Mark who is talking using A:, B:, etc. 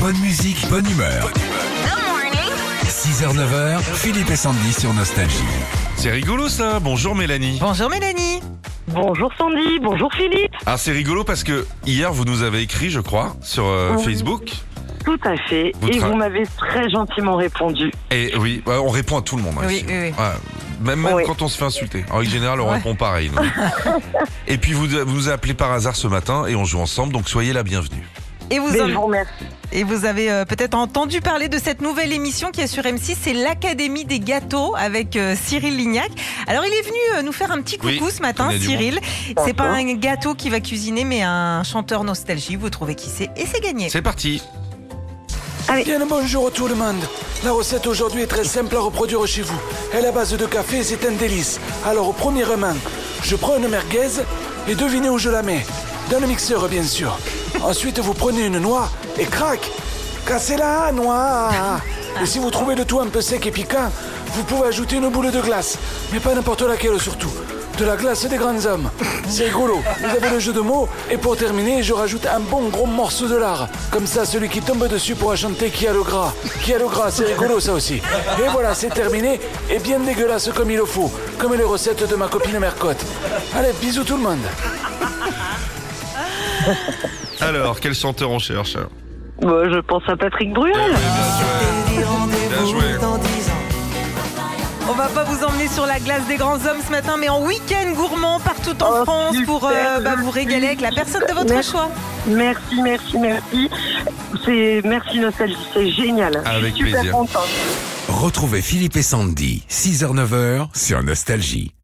A: Bonne musique, bonne humeur. 6h, 9h, Philippe et Sandy sur Nostalgie.
B: C'est rigolo ça. Bonjour Mélanie.
C: Bonjour Mélanie.
D: Bonjour Sandy, bonjour Philippe.
B: Ah c'est rigolo parce que hier vous nous avez écrit je crois sur euh,
D: Oui.
B: Facebook.
D: Tout à fait.
B: Vous
D: et
B: tra-
D: vous m'avez très gentiment répondu.
B: Et oui, bah, on répond à tout le monde. hein,
C: Oui,
B: ici.
C: oui, oui.
B: Ouais, Même, même
D: Oui.
B: quand on se fait insulter. En règle générale, on
C: Ouais.
B: répond pareil. nous. et puis vous, vous nous avez appelé par hasard ce matin et on joue ensemble, donc soyez la bienvenue.
C: Et vous,
D: Mais
C: en-
D: je vous remercie.
C: et vous avez euh, peut-être entendu parler de cette nouvelle émission qui est sur M6, c'est l'Académie des gâteaux avec euh, Cyril Lignac. Alors il est venu euh, nous faire un petit coucou
B: Oui,
C: ce matin,
B: il y a du
C: Cyril. C'est
D: Bonjour.
C: pas un gâteau qui va cuisiner, mais un chanteur nostalgie. Vous trouvez qui c'est et c'est gagné.
B: C'est parti.
E: Bien le bonjour à tout le monde. La recette aujourd'hui est très simple à reproduire chez vous. Elle est à base de café et c'est un délice. Alors, premièrement, je prends une merguez et devinez où je la mets. Dans le mixeur, bien sûr. Ensuite, vous prenez une noix et crac Cassez-la, noix Et si vous trouvez le tout un peu sec et piquant, vous pouvez ajouter une boule de glace. Mais pas n'importe laquelle surtout. De la glace des grands hommes. C'est rigolo. Vous avez le jeu de mots. Et pour terminer, je rajoute un bon gros morceau de lard. Comme ça, celui qui tombe dessus pourra chanter qui a le gras. Qui a le gras, c'est rigolo ça aussi. Et voilà, c'est terminé. Et bien dégueulasse comme il le faut. Comme les recettes de ma copine Mercotte. Allez, bisous tout le monde.
B: Alors, quel chanteur on cherche
D: Bon, je pense à Patrick Bruel.
B: Bien joué.
C: On va pas vous emmener sur la glace des grands hommes ce matin, mais en week-end gourmand partout en
D: Oh,
C: France pour euh,
D: super,
C: bah, vous
D: merci.
C: régaler avec la personne de votre
D: Merci.
C: choix.
D: Merci, merci, merci. C'est merci Nostalgie, c'est génial.
B: Avec
D: je suis super
B: plaisir.
D: contente.
A: Retrouvez Philippe et Sandy, 6h, 9h sur Nostalgie.